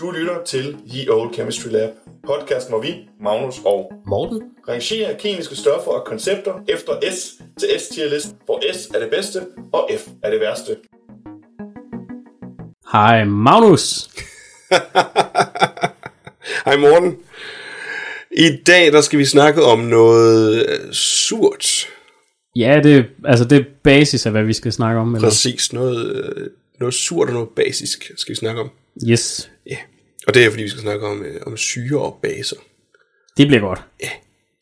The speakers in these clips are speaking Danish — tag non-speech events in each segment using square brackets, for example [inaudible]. Du lytter til The Old Chemistry Lab, podcast hvor vi, Magnus og Morten? rangerer kemiske stoffer og koncepter efter S til S-tierlisten, hvor S er det bedste og F er det værste. Hej, Magnus! Hej morgen. I dag der skal vi snakke om noget øh, surt. Ja, det, altså det er basis af, hvad vi skal snakke om. Eller? Præcis. Noget, øh, noget surt og noget basisk skal vi snakke om. Yes, Ja. Og det er fordi, vi skal snakke om, øh, om syre og baser. det bliver godt. Ja.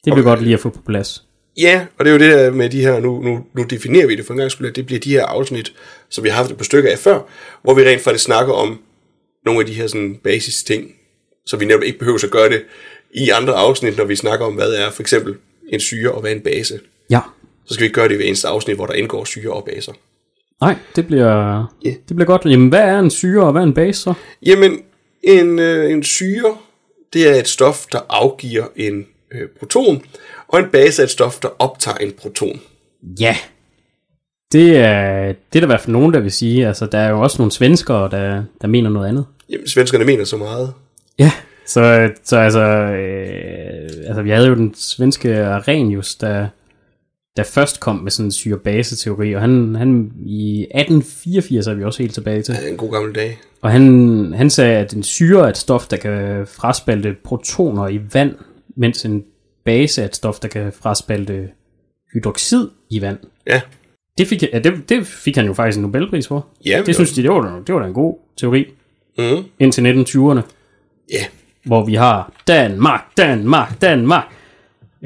Det bliver godt lige at få på plads. Ja, og det er jo det der med de her, nu, nu, nu definerer vi det for en gang skyld, at det bliver de her afsnit, som vi har haft et par stykker af før, hvor vi rent faktisk snakker om nogle af de her sådan basis ting, så vi netop ikke behøver at gøre det i andre afsnit, når vi snakker om, hvad er for eksempel en syre og hvad er en base. Ja. så skal vi ikke gøre det ved eneste afsnit, hvor der indgår syre og baser. Nej, det bliver, Ja. det bliver godt. Jamen, hvad er en syre, og hvad er en base så? Jamen, en, øh, en syre, det er et stof, der afgiver en øh, proton, og en base er et stof, der optager en proton. Ja. Det er, det er der i hvert fald nogen, der vil sige. Altså, der er jo også nogle svenskere, der, der mener noget andet. Jamen, svenskerne mener så meget. Ja. Så, så altså, øh, altså, vi havde jo den svenske Arrhenius, der, der først kom med sådan en syre-base-teori, og han, han i 1884 er vi også helt tilbage til. Ja, en god gammel dag. Og han, han sagde, at en syre er et stof, der kan fraspalte protoner i vand, mens en base er et stof, der kan fraspalte hydroxid i vand. Ja, Det fik, ja, det, det fik han jo faktisk en Nobelpris for. Ja, men det det- synes de, det var, da- det var da en god teori. Mhm. Indtil 1920'erne, ja. hvor vi har Danmark, Danmark, Danmark.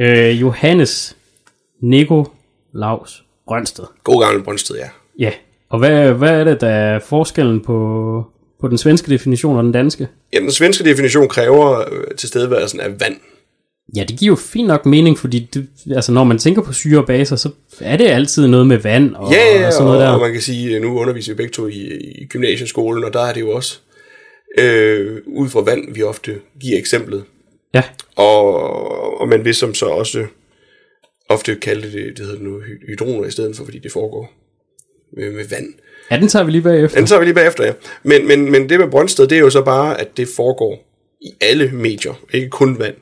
Øh, Johannes Nikolaus Brøndsted. God gammel Brøndsted, ja. Ja, og hvad, hvad er det, der er forskellen på, på den svenske definition og den danske? ja. den svenske definition kræver øh, tilstedeværelsen af vand. Ja, det giver jo fint nok mening, fordi det, altså, når man tænker på syre og baser, så er det altid noget med vand og, Ja, og ja, sådan noget og, der. og man kan sige, at nu underviser vi begge to i, i gymnasieskolen, og der er det jo også øh, ud fra vand, vi ofte giver eksemplet. Ja, Og, og man vil som så også ofte kalde det, det hedder det nu, hy- hydroner i stedet for, fordi det foregår med, med vand. ja, den tager vi lige bagefter. Den tager vi lige bagefter, ja. Men, men, men det med Brøndsted, det er jo så bare, at det foregår i alle medier, ikke kun vand.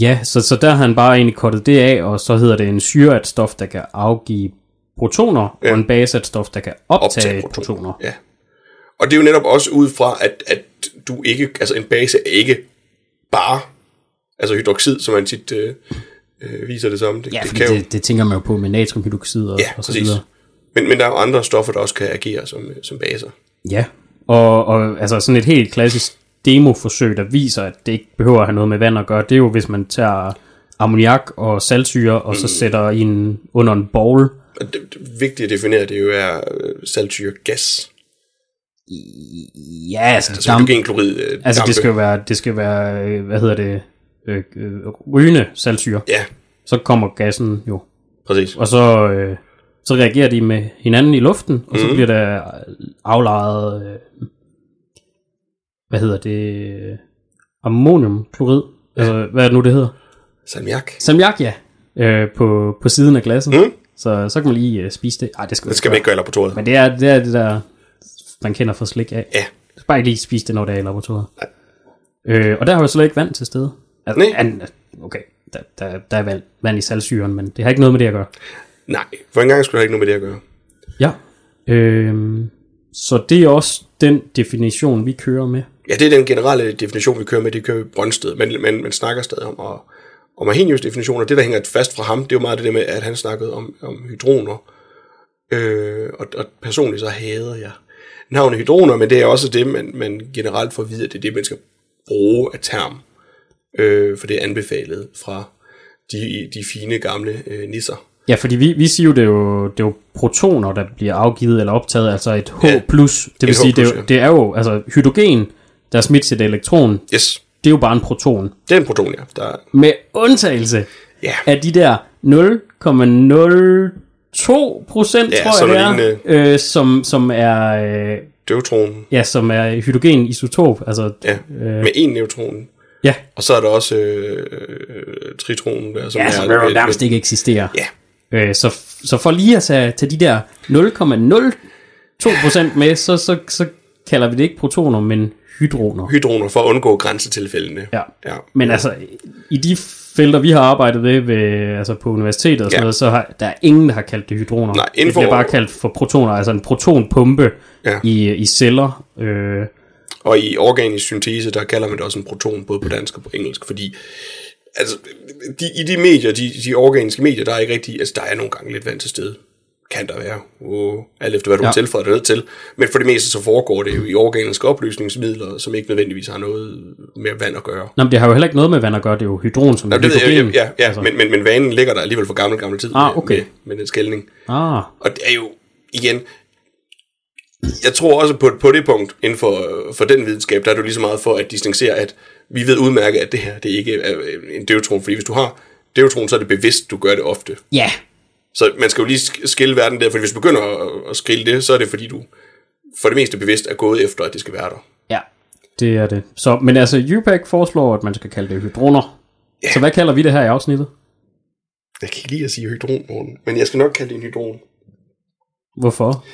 Ja, så, så der har han bare egentlig kortet det af, og så hedder det en syre er et stof, der kan afgive protoner, ja. og en base er et stof, der kan optage, optage protoner. protoner. Ja. Og det er jo netop også ud fra, at, at du ikke, altså en base er ikke bare, altså hydroxid, som man tit øh, øh, viser det som. Det, Ja, det fordi det, det tænker man jo på med natriumhydroxid og, ja, og så præcis. videre. Men, men der er jo andre stoffer, der også kan agere som, øh, som baser. Ja, og, og altså sådan et helt klassisk demoforsøg, der viser, at det ikke behøver at have noget med vand at gøre, det er jo, hvis man tager ammoniak og saltsyre, og Mm. så sætter i en, under en bowl. Og det, det vigtige at definere, det jo er øh, saltsyregas. Ja, altså, det, Altså damp, hydrogenklorid. Øh, altså dampe. det skal jo være, det skal være øh, hvad hedder det, øh, øh, rygende saltsyre. Ja, Så kommer gassen jo, præcis. og så, øh, så reagerer de med hinanden i luften, og Mhm. så bliver der øh, aflejet, øh, hvad hedder det, ammoniumklorid, altså hvad er det nu, det hedder? Salmiak. Samjak, ja, øh, på, på siden af glasset. Mm. Så, så kan man lige øh, spise det. Ej, det skal, Det skal man ikke gøre i laboratoriet. Men det er, det er det der, man kender fra slik af. Ja. Du skal bare ikke lige spise det, når det er i laboratoriet. Øh, og der har jo slet ikke vand til stede. Altså, Nej. an- okay, der, der, der er vand, vand i saltsyren, men det har ikke noget med det at gøre. Nej, for en gang skulle det ikke noget med det at gøre. Ja. Øh, så det er også den definition, vi kører med. Ja, det er den generelle definition, vi kører med. Det kører vi i Brøndsted, men men man snakker stadig om. Og, og Mahenius definition, og det, der hænger fast fra ham, det er jo meget det der med, at han snakkede om, om hydroner. Øh, og, og personligt så hader jeg navnet hydroner, men det er også det, man, man generelt får at vide, at det er det, man skal bruge af term. Øh, for det er anbefalet fra de, de fine gamle øh, nisser. Ja, fordi vi, vi siger jo, det er jo, det er jo protoner, der bliver afgivet eller optaget, altså et H+. Ja, det vil et sige, det, er, H+, jo- ja. det er jo, altså hydrogen, der er smidt til et elektron, Yes, det er jo bare en proton. det er en proton, ja. Der, Med undtagelse ja. af de der 0,02 procent, Ja, tror sådan jeg det lignende. er, øh, som, som er, øh, Døvtronen, ja, som er hydrogenisotop, altså, ja. Med en neutron. ja, Og så er der også øh, øh, tritronen der, som ja er... som jo et- Altså, nærmest et- ikke eksisterer. Ja, Øh, så, så for lige at tage, tage de der 0,02 procent med, så, så, så kalder vi det ikke protoner, men hydroner. Hydroner for at undgå grænsetilfældene. Ja. ja. Men altså, i de felter, vi har arbejdet ved, ved altså på universitetet og sådan Ja. ja. noget, så har, der er ingen, der har kaldt det hydroner. Nej, inden det for- bliver bare kaldt for protoner, altså en protonpumpe Ja. ja. i, i celler. Øh, Og i organisk syntese, der kalder man det også en proton, både på dansk og på engelsk, fordi altså, de, i de medier, de, de organiske medier, der er ikke rigtig, altså der er nogle gange lidt vand til stede. Kan der være. Uh, alt efter hvad du ja. Ja. tilføjer det ned til. Men for det meste så foregår det jo i organiske opløsningsmidler, som ikke nødvendigvis har noget med vand at gøre. nå, men det har jo heller ikke noget med vand at gøre, det er jo hydron som Nå, det ved jeg, hydrogen. ja, ja, ja altså. men, men, men vanen ligger der alligevel for gammel, gammel tid Ah, okay. med, med den skældning. Ah, Og det er jo, igen, jeg tror også på, på det punkt, inden for, øh, for den videnskab, der er du lige så meget for at distancere, at vi ved udmærket, at det her, det ikke er en deuteron, fordi hvis du har deuteron, så er det bevidst, du gør det ofte. ja, Så man skal jo lige sk- skille verden der, for hvis du begynder at, at skille det, så er det fordi, du for det meste bevidst er gået efter, at det skal være der. ja, det er det. Så, men altså, UPAC foreslår, at man skal kalde det hydroner. Ja. Så hvad kalder vi det her i afsnittet? Jeg kan ikke lide at sige hydron, Morten, men jeg skal nok kalde det en hydron. Hvorfor?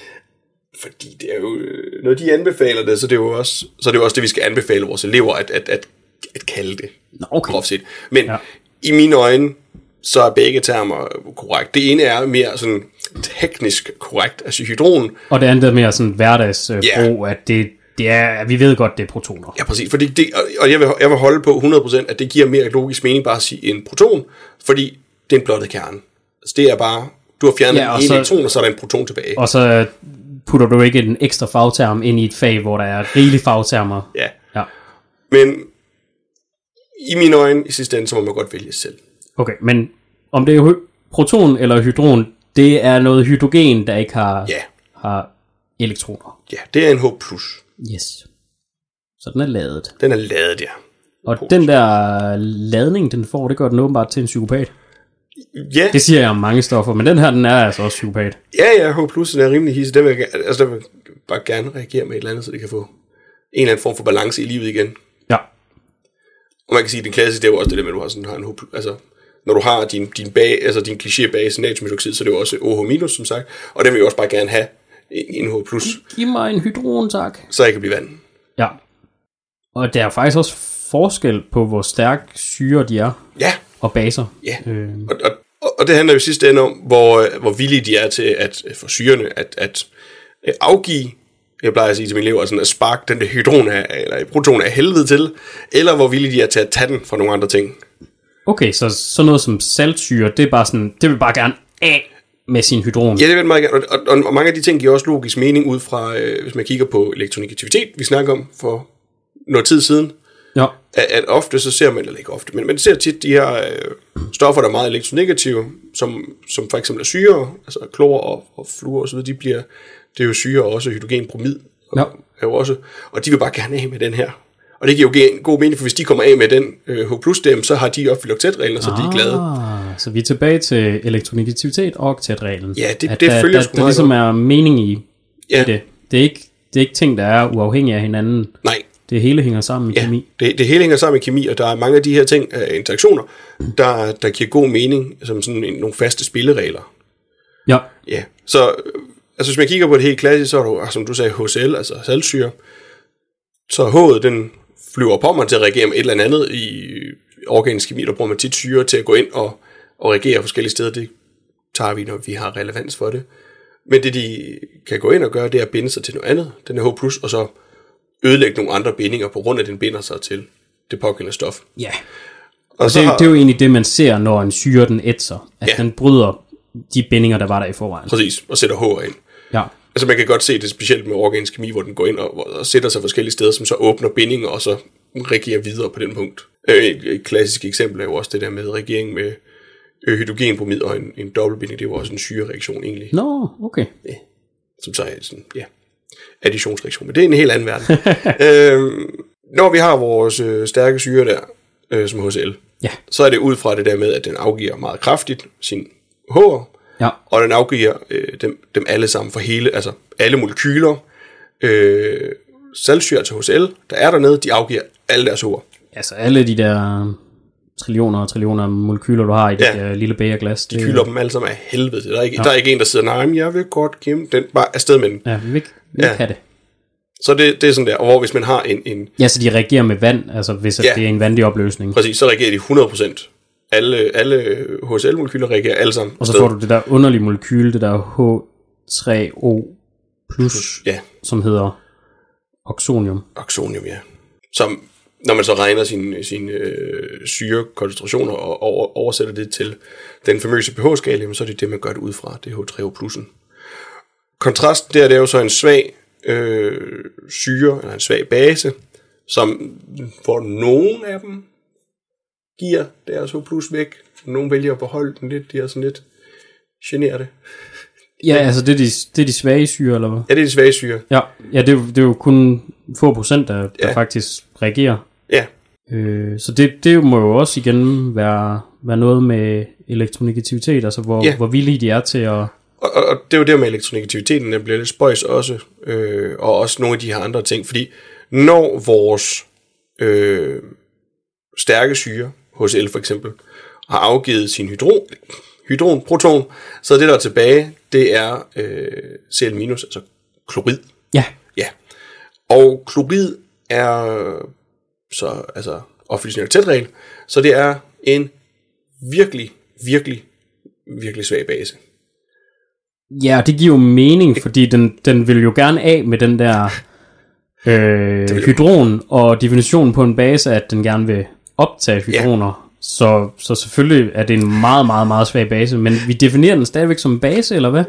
fordi det er jo, øh, når de anbefaler det, så det er jo også, så det er jo også det, vi skal anbefale vores elever at, at, at, at kalde det, Nå, okay. groft set. Men ja. Ja. i mine øjne, så er begge termer korrekt. Det ene er mere sådan teknisk korrekt, altså hydron. Og det andet er mere sådan hverdagsbrug, Ja. øh, brug, at det, det er, at vi ved godt, det er protoner. Ja, præcis. Fordi det, og- og jeg vil, jeg vil holde på 100%, at det giver mere logisk mening bare at sige en proton, fordi det er en blottet kerne. Altså det er bare, du har fjernet Ja, ja, og en så- elektron, og så er der en proton tilbage. Og så putter du ikke en ekstra fagterm ind i et fag, hvor der er rigelige fagtermer. Ja. Ja. Men i mine øjne, i sidste ende, så må man godt vælge selv. Okay, men om det er hy- proton eller hydron, det er noget hydrogen, der ikke har, Ja, har elektroner. Ja, det er en H+. Yes. Så den er ladet. Den er lavet der. Og den der ladning, den får, det gør den åbenbart til en psykopat. Ja, Det siger jeg om mange stoffer, men den her, den er altså også psykopat. ja, ja, H+, den er rimelig hisse. Den vil, jeg gerne- altså, den vil jeg bare gerne reagere med et eller andet, så det kan få en eller anden form for balance i livet igen. Ja. Og man kan sige, at den klassiske, det er jo også det der med, at du har sådan har en H+, altså, når du har din, din, bag, altså din klichébase natriumhydroxid, så er det jo også OH-, som sagt, og den vil jeg også bare gerne have en en H+, Giv mig en hydron, tak. så jeg kan blive vand. Ja. Og der er faktisk også forskel på, hvor stærk syre de er, Ja, og baser. ja. Øh, Og, og, og- og det handler jo i sidste ende om, hvor, øh, hvor villige de er til at øh, for syrene at, at øh, afgive, jeg plejer at sige til mine elever, sådan at sparke den der hydron af, eller proton af helvede til, eller hvor villige de er til at tage den fra nogle andre ting. okay, så sådan noget som saltsyre, det er bare sådan, det vil bare gerne af med sin hydron. Ja, det vil jeg meget gerne, og, og, og mange af de ting giver også logisk mening ud fra, øh, hvis man kigger på elektronegativitet, vi snakker om for noget tid siden, Ja. at, at ofte så ser man, eller ikke ofte, men man ser tit de her øh, stoffer, der er meget elektronegative, som, som for eksempel er syre, altså klor og, og fluor osv., de bliver, det er jo syre og også hydrogenbromid, og, Ja. er jo også, og de vil bare gerne af med den her. Og det giver jo gen- god mening, for hvis de kommer af med den øh, H plus dem, så har de opfyldt oktetreglen, så ah. de er glade. Ah, så vi er tilbage til elektronegativitet og oktatreglen. Ja, det- At det der, følger der, sgu der, der meget ligesom er mening i Ja, det. Det er, ikke, det er ikke ting, der er uafhængige af hinanden. nej, Det hele hænger sammen i ja. kemi. Det, det hele hænger sammen med kemi, og der er mange af de her ting, øh, interaktioner, der, der giver god mening, som sådan en, nogle faste spilleregler. Ja, Ja, så øh, altså, hvis man kigger på det helt klassisk, så er du, ah, som du sagde, HCl, altså saltsyre. Så H'et, den flyver på mig til at reagere med et eller andet i organisk kemi, der bruger man tit syre til at gå ind og, og reagere forskellige steder. Det tager vi, når vi har relevans for det. Men det, de kan gå ind og gøre, det er at binde sig til noget andet, den her H+, og så ødelægge nogle andre bindinger på grund af, at den binder sig til det pågældende stof. ja. Og Det, det er jo egentlig det, man ser, når en syre den ætser. At Ja. ja. den bryder de bindinger, der var der i forvejen. Præcis, og sætter H'er ind. Ja. Altså man kan godt se det specielt med organisk kemi, hvor den går ind og, og sætter sig forskellige steder, som så åbner bindinger og så reagerer videre på den punkt. Øh, et, et klassisk eksempel er jo også det der med regering med øh, hydrogenbromid og en, en dobbeltbinding. Det var også en syrereaktion egentlig, Nå, okay. som så er sådan, ja, additionsreaktion. Men det er en helt anden verden. øhm, når vi har vores øh, stærke syre der, øh, som HCl, Ja. så er det ud fra det der med, at den afgiver meget kraftigt sin H'er, Ja, og den afgiver øh, dem, dem alle sammen for hele, altså alle molekyler. Øh, saltsyre, altså HCl, der er dernede, de afgiver alle deres ord. altså alle de der trillioner og trillioner af molekyler, du har i det Ja. ja. der lille bægerglas. Det, Fylder dem alle sammen af helvede. til. Der er ikke, ja. der er ikke en, der sidder, nej, men jeg vil godt gemme den bare afsted med den. Ja, vi, ikke, vi Ja. ja. kan det. Så det, det er sådan der, og hvor hvis man har en, en Ja, så de reagerer med vand, altså hvis ja. Ja. det er en vandig opløsning. præcis, så reagerer de 100%. Alle, alle HCl-molekyler reagerer alle sammen. Og så afsted. får du det der underlige molekyle, det der H3O+, plus, Ja, som hedder oxonium. oxonium, ja. Som, når man så regner sine, sine øh, syrekoncentrationer og over, oversætter det til den famøse pH-skala, jamen, så er det det, man gør det ud fra, det er H3O+'en. Kontrasten der, det er jo så en svag øh, syre, eller en svag base, som for nogen af dem giver deres H+, væk. Nogle vælger at beholde den lidt, de er sådan lidt generede. Ja, altså det er de, det er de svage syre, eller hvad? Ja, det er de svage syre. Ja, ja det, er jo, det er jo kun få procent, der, der Ja. faktisk reagerer. Ja, Øh, så det, det må jo også igen være, være noget med elektronegativitet, altså hvor, Ja. hvor villige de er til at... Og, og, og det er jo der med elektronegativiteten, den bliver lidt spøjs også, øh, og også nogle af de her andre ting, fordi når vores øh, stærke syre, HCl for eksempel, har afgivet sin hydron, hydron, proton, så det der er tilbage, det er øh, Cl-, altså klorid. Ja, Ja. Og klorid er så altså officielt tætregel, så det er en virkelig, virkelig, virkelig svag base. ja og det giver jo mening, fordi den, den vil jo gerne af med den der øh, jo- hydron, og definitionen på en base er, at den gerne vil optage hydroner. Så, så selvfølgelig er det en meget, meget, meget svag base, men vi definerer den stadigvæk som en base, eller hvad?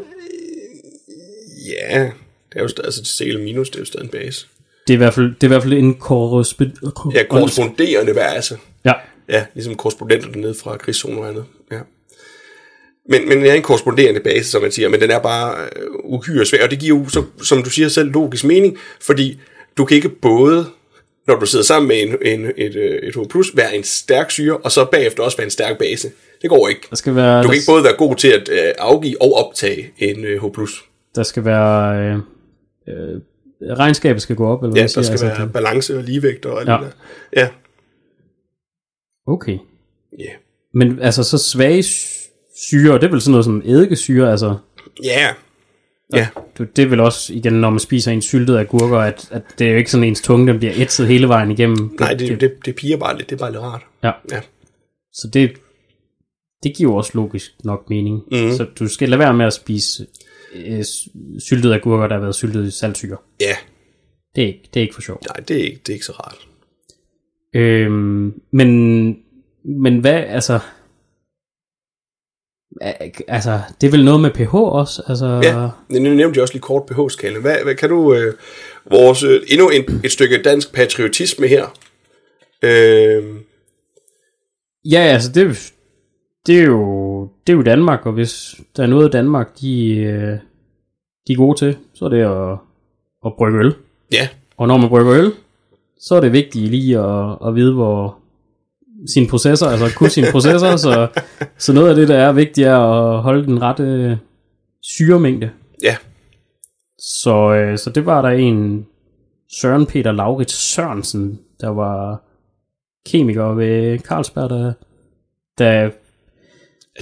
Ja, det er jo stadig, altså Cl minus, det er jo stadig en base. Det er i hvert fald, det er i hvert fald en korrespond... Ja, korresponderende base. Ja, Ja, ligesom korrespondenter dernede fra krigszonen og andet. Ja. Men, men det er en korresponderende base, som man siger, men den er bare øh, uhyre svær, og det giver jo, så, som du siger selv, logisk mening, fordi du kan ikke både, når du sidder sammen med en, en, et, øh, et H+, være en stærk syre, og så bagefter også være en stærk base. Det går ikke. der skal være... Du kan ikke både være god til at øh, afgive og optage en øh, H+. der skal være... Øh, øh, regnskabet skal gå op, eller Ja, hvad man der siger. skal altså, være balance og ligevægt og alt Ja. det der. Ja. Okay. Ja. Yeah. Men altså, så svage sy- syre, det er vel sådan noget som eddikesyre, altså... Ja. Ja. du- Det er vel også, igen, når man spiser en syltet agurker, at, at det er jo ikke sådan, ens tunge den bliver ætset hele vejen igennem. Nej, det, det, det piger bare lidt. Det er bare lidt rart. Ja. Ja. Så det, det giver jo også logisk nok mening. Mhm. Mm. Så du skal lade være med at spise øh, s- syltede agurker, der har været syltet i saltsyre. Ja. Det er ikke, det er ikke for sjovt. Nej, det er ikke, det er ikke så rart. Øhm, men, men hvad, altså... a- Altså, det er vel noget med pH også? Altså, Ja. Nu nævnte jeg også lige kort pH-skala. Hvad, hvad kan du... Øh, vores, øh, endnu en, et stykke dansk patriotisme her. Øh, ja altså, det, det, er jo, det er jo Danmark, og hvis der er noget, Danmark, de, øh, de er gode til, så er det at, at brygge øl. ja, Og når man brygger øl, så er det vigtigt lige at, at vide, hvor sine processer, altså at kunne sine processer, så, så noget af det, der er vigtigt, er at holde den rette øh, syremængde. ja. Så, øh, så det var der en Søren Peter Laurits Sørensen, der var kemiker ved Carlsberg, der, der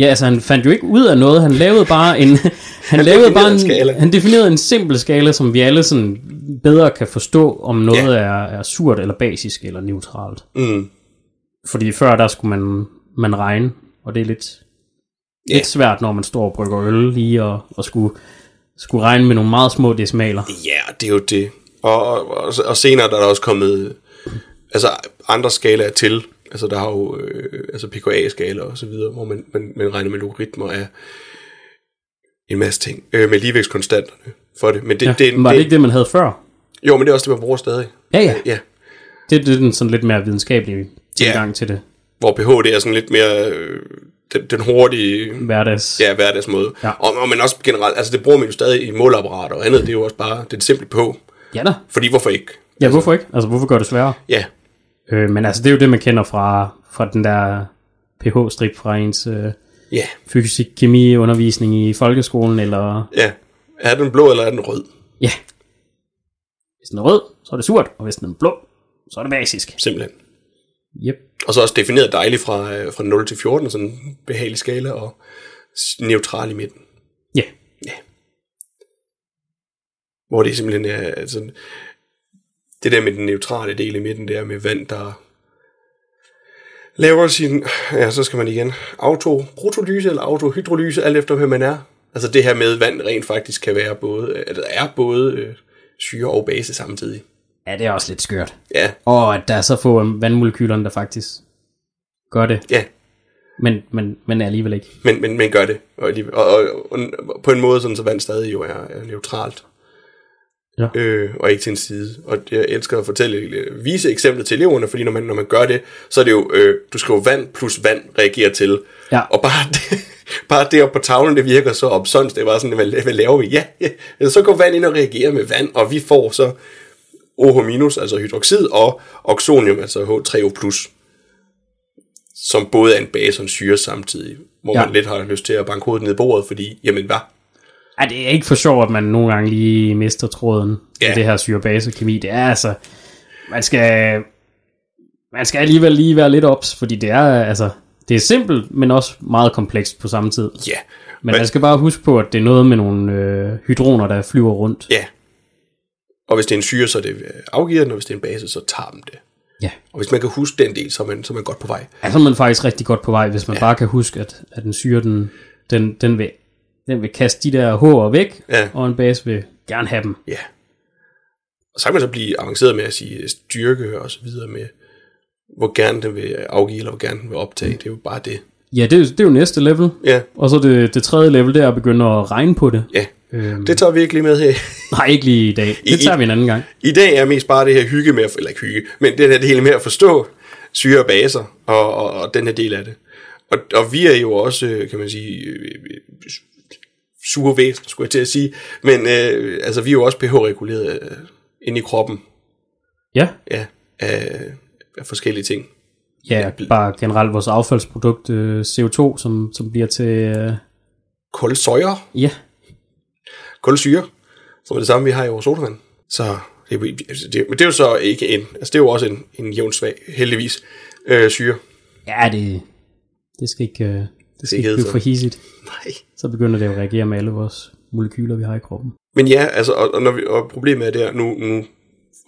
Ja, altså han fandt jo ikke ud af noget. Han lavede bare [laughs] en han lavede definerede bare en skala. en, han definerede en simpel skala, som vi alle sådan bedre kan forstå, om noget er, er surt eller basisk eller neutralt. Mm. Fordi før der skulle man man regne, og det er lidt Ja. lidt svært, når man står og brygger øl lige og, og skulle skulle regne med nogle meget små decimaler. Ja, det er jo det. Og, og, og, og senere der er der også kommet øh, altså, andre skalaer til. Altså der har jo øh, altså PKA-skala og så videre, hvor man, man, man regner med logaritmer af en masse ting. Øh, med ligevægtskonstanterne for det. Men det, Ja, ja, det, var det ikke det, man havde før? Jo, men det er også det, man bruger stadig. Ja, ja. Ja. Det, det er den sådan lidt mere videnskabelige tilgang til det. Hvor pH det er sådan lidt mere øh, den, den hurtige Hverdags. ja, hverdagsmåde. Ja. Og, og, men også generelt, altså det bruger man jo stadig i målapparater og andet. Det er jo også bare den simple på. ja da. Fordi hvorfor ikke? Ja, hvorfor ikke? Altså, hvorfor gør det sværere? Ja, Øh, men altså, det er jo det, man kender fra, fra den der pH-strip fra ens øh, ja, fysik-kemi-undervisning i folkeskolen, eller ja. Er den blå eller er den rød? ja. Hvis den er rød, så er det surt, og hvis den er blå, så er det basisk. Simpelthen. Yep. Og så også defineret dejligt fra, øh, fra 0 til 14, sådan en behagelig skala og s- neutral i midten. Ja. Hvor det simpelthen er sådan... øh, altså, det der med den neutrale del i midten, der med vand, der laver sin, ja, så skal man igen, autoprotolyse eller autohydrolyse, alt efter hvem man er. Altså det her med, vand rent faktisk kan være både, eller er både øh, syre og base samtidig. Ja, det er også lidt skørt. Ja, Og at der er så få af vandmolekylerne, der faktisk gør det, ja, men, men, men alligevel ikke. men, men, men gør det. Og, alligevel- og, og, og, og på en måde, sådan, så vand stadig jo er, er neutralt. Ja. Øh, og ikke til en side. Og jeg elsker at fortælle, vise eksemplet til eleverne, fordi når man, når man gør det, så er det jo, øh, du skriver vand plus vand reagerer til. Ja. Og bare det, [laughs] bare det op på tavlen, det virker så opsondt. Det var sådan, hvad, hvad laver vi? Ja, ja. Eller så går vand ind og reagerer med vand, og vi får så OH-, altså hydroxid, og oxonium, altså H3O+, som både er en base og en syre samtidig, hvor Ja. ja. man lidt har lyst til at banke hovedet ned i bordet, fordi, jamen hvad? Ej, det er ikke for sjovt, at man nogle gange lige mister tråden ja. Ja. i det her syrebase-kemi. Det er altså... Man skal... Man skal alligevel lige være lidt ops, fordi det er altså... Det er simpelt, men også meget komplekst på samme tid. Ja. Men altså- man skal bare huske på, at det er noget med nogle øh, hydroner, der flyver rundt. Ja. Og hvis det er en syre, så er det øh, afgiver den, og hvis det er en base, så tager den det. Ja. Og hvis man kan huske den del, så er man, så er man godt på vej. Ja, så er man faktisk rigtig godt på vej, hvis man ja. bare kan huske, at, at den syre, den, den, den, vil, den vil kaste de der H'er væk, Ja. og en base vil gerne have dem. Ja. Og så kan man så blive avanceret med at sige øh, styrke og så videre med, hvor gerne den vil afgive, eller hvor gerne den vil optage. Det er jo bare det. Ja, det, er jo- det er jo næste level. Ja, Og så det, det tredje level, det er at begynde at regne på det. ja. Øhm, Det tager vi ikke lige med her. Nej, ikke lige i dag. Det I- tager vi en anden gang. I dag er mest bare det her hygge med, at, eller ikke hygge, men det, her, det hele med at forstå syre og baser, og, og, og den her del af det. Og, og vi er jo også, øh, kan man sige, øh, øh, sure væsener, skulle jeg til at sige, men øh, altså, vi er jo også pH-reguleret øh, inde i kroppen Ja, ja, af, af forskellige ting. ja bare generelt vores affaldsprodukt, øh, CO2, som, som bliver til... Øh, Kulsøjer, ja, kulsyre, som er det samme, vi har i vores sodavand. Så det, er jo- altså, det, men det er jo så ikke en, altså det er jo også en, en jævn svag, heldigvis, øh, syre. ja det, det skal ikke, øh, det skal ikke hedder blive så. for hisigt. Nej. Så begynder det at reagere med alle vores molekyler, vi har i kroppen. Men ja, altså, og, og, når vi, og problemet er der, nu, nu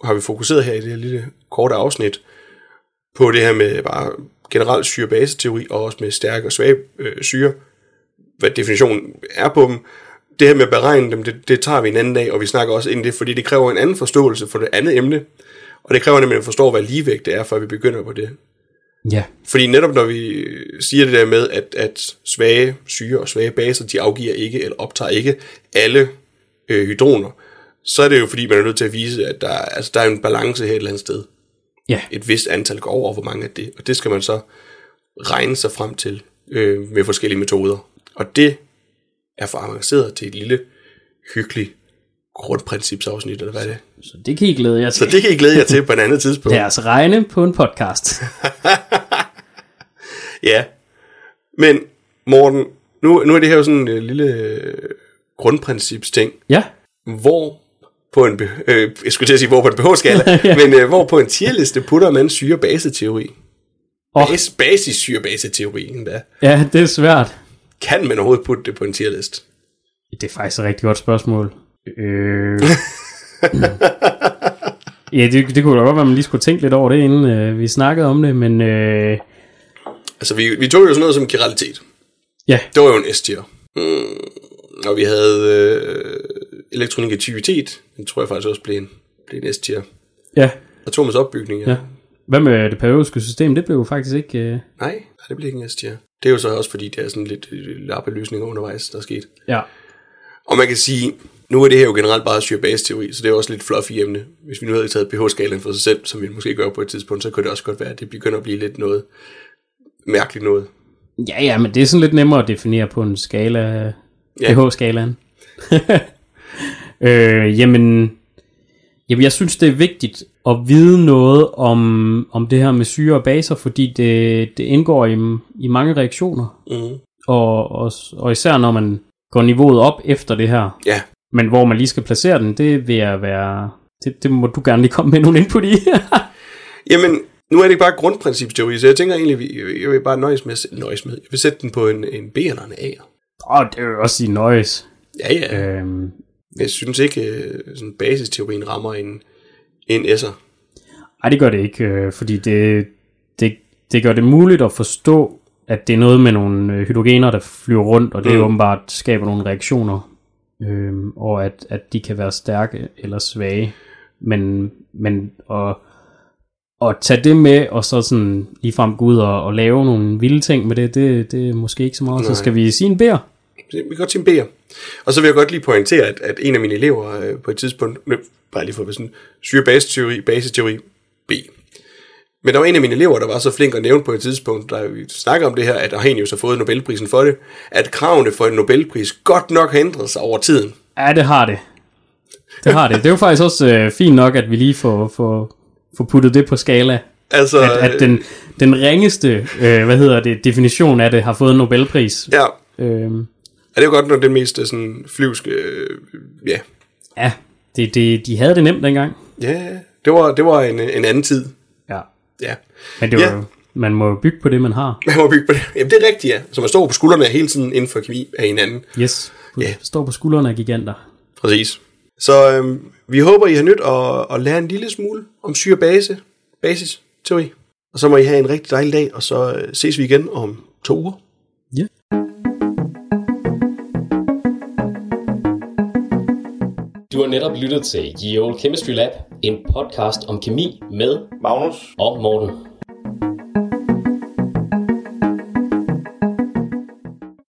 har vi fokuseret her i det her lille korte afsnit på det her med bare generelt syre-base-teori, og også med stærke og svage øh, syre, hvad definitionen er på dem. Det her med at beregne dem, det, det tager vi en anden dag, og vi snakker også ind i det, fordi det kræver en anden forståelse for det andet emne, og det kræver nemlig at forstå, hvad ligevægt er, før vi begynder på det. Ja, Fordi netop når vi siger det der med, at, at svage syre og svage baser, de afgiver ikke eller optager ikke alle øh, hydroner, så er det jo fordi, man er nødt til at vise, at der, er- altså, der er en balance her et eller andet sted. ja, Et vist antal går over, hvor mange af det. Og det skal man så regne sig frem til øh, med forskellige metoder. Og det er for avanceret til et lille, hyggeligt grundprincipsafsnit, eller hvad er det? så det kan I glæde jer Så til. det kan I glæde jer til på et andet tidspunkt. Lad os regne på en podcast. Ja. Men Morten, nu, nu er det her jo sådan en lille øh, grundprincipsting. ja, Hvor på en, beh- øh, jeg skulle til at sige, hvor på en BH-skala, men øh, hvor på en tierliste putter man syre-base-teori? Åh. Oh. Bas, basis syre-base-teori endda. ja, det er svært. Kan man overhovedet putte det på en tierliste? Det er faktisk et rigtig godt spørgsmål. Øh... ja, det, det kunne da godt være, at man lige skulle tænke lidt over det, inden øh, vi snakkede om det, men øh, Altså, vi, vi tog jo sådan noget som kiralitet. ja, Det var jo en S-tier. Mm, og vi havde øh, elektronegativitet. Den tror jeg faktisk også blev en, blev en S-tier. ja, Atomets opbygning, ja. ja. Hvad med det periodiske system? Det blev jo faktisk ikke... Øh... Nej, nej, det bliver ikke en S-tier. Det er jo så også, fordi det er sådan lidt øh, lappeløsninger undervejs, der er sket. Ja. Og man kan sige, nu er det her jo generelt bare syre-base-teori, så det er jo også lidt fluffy emne. Hvis vi nu havde taget pH-skalaen for sig selv, som vi måske gør på et tidspunkt, så kunne det også godt være, at det begynder at blive lidt noget mærkeligt noget. ja, ja, men det er sådan lidt nemmere at definere på en skala, Ja. ja. pH-skalaen. [laughs] øh, jamen, jamen, jeg synes, det er vigtigt at vide noget om, om det her med syre og baser, fordi det, det indgår i, i mange reaktioner. Mm. og, og, og især når man går niveauet op efter det her. Ja, Men hvor man lige skal placere den, det vil jeg være... Det, det må du gerne lige komme med nogle input i. [laughs] Jamen, nu er det ikke bare grundprincipsteori, så jeg tænker egentlig, vi- jeg vil bare nøjes med, at sæ- nøjes med. Jeg vil sætte den på en, en B eller en A'er. og det er jo også i noise. Ja, ja. Øhm, Jeg synes ikke, øh, sådan basisteorien rammer en, en S'er. Nej, det gør det ikke, øh, fordi det, det, det gør det muligt at forstå, at det er noget med nogle øh, hydrogener, der flyver rundt, og det Mm. mm. åbenbart skaber nogle reaktioner, øh, og at, at de kan være stærke eller svage. Men, men at, at tage det med, og så sådan ligefrem gå ud og, og lave nogle vilde ting med det, det, det er måske ikke så meget. Nej. Så skal vi sige en bær. Vi kan godt timbere. Og så vil jeg godt lige pointere, at, at en af mine elever øh, på et tidspunkt, nø, bare lige for at være sådan, syrebaseteori, baseteori B. Men der var en af mine elever, der var så flink at nævne på et tidspunkt, da vi snakker om det her, at Arrhenius har fået Nobelprisen for det, at kravene for en Nobelpris godt nok har ændret sig over tiden. Ja, det har det. Det har det. Det er jo faktisk også øh, fint nok, at vi lige får, får, får puttet det på skala. Altså, At, at øh, den, den ringeste, øh, hvad hedder det, definition af det, har fået en Nobelpris. øh, ja, Øhm, er det jo godt nok den mest øh, sådan flyvske, øh, ja, ja, det, det, de havde det nemt dengang. ja, det var, det var en, øh, en anden tid, Ja. ja. Men det var, Ja. yeah. man må jo bygge på det, man har. Man må bygge på det. Jamen, det er rigtigt, ja. Så man står på skuldrene hele tiden inden for kemi af hinanden. Yes. Ja. Yeah. Står på skuldrene af giganter. Præcis. Så øhm, vi håber, I har nyt at, at lære en lille smule om syrebase, basis, teori. Og så må I have en rigtig dejlig dag, og så øh, ses vi igen om to uger. Ja. Du har netop lyttet til Ye Olde Chemistry Lab, en podcast om kemi med Magnus, og Morten.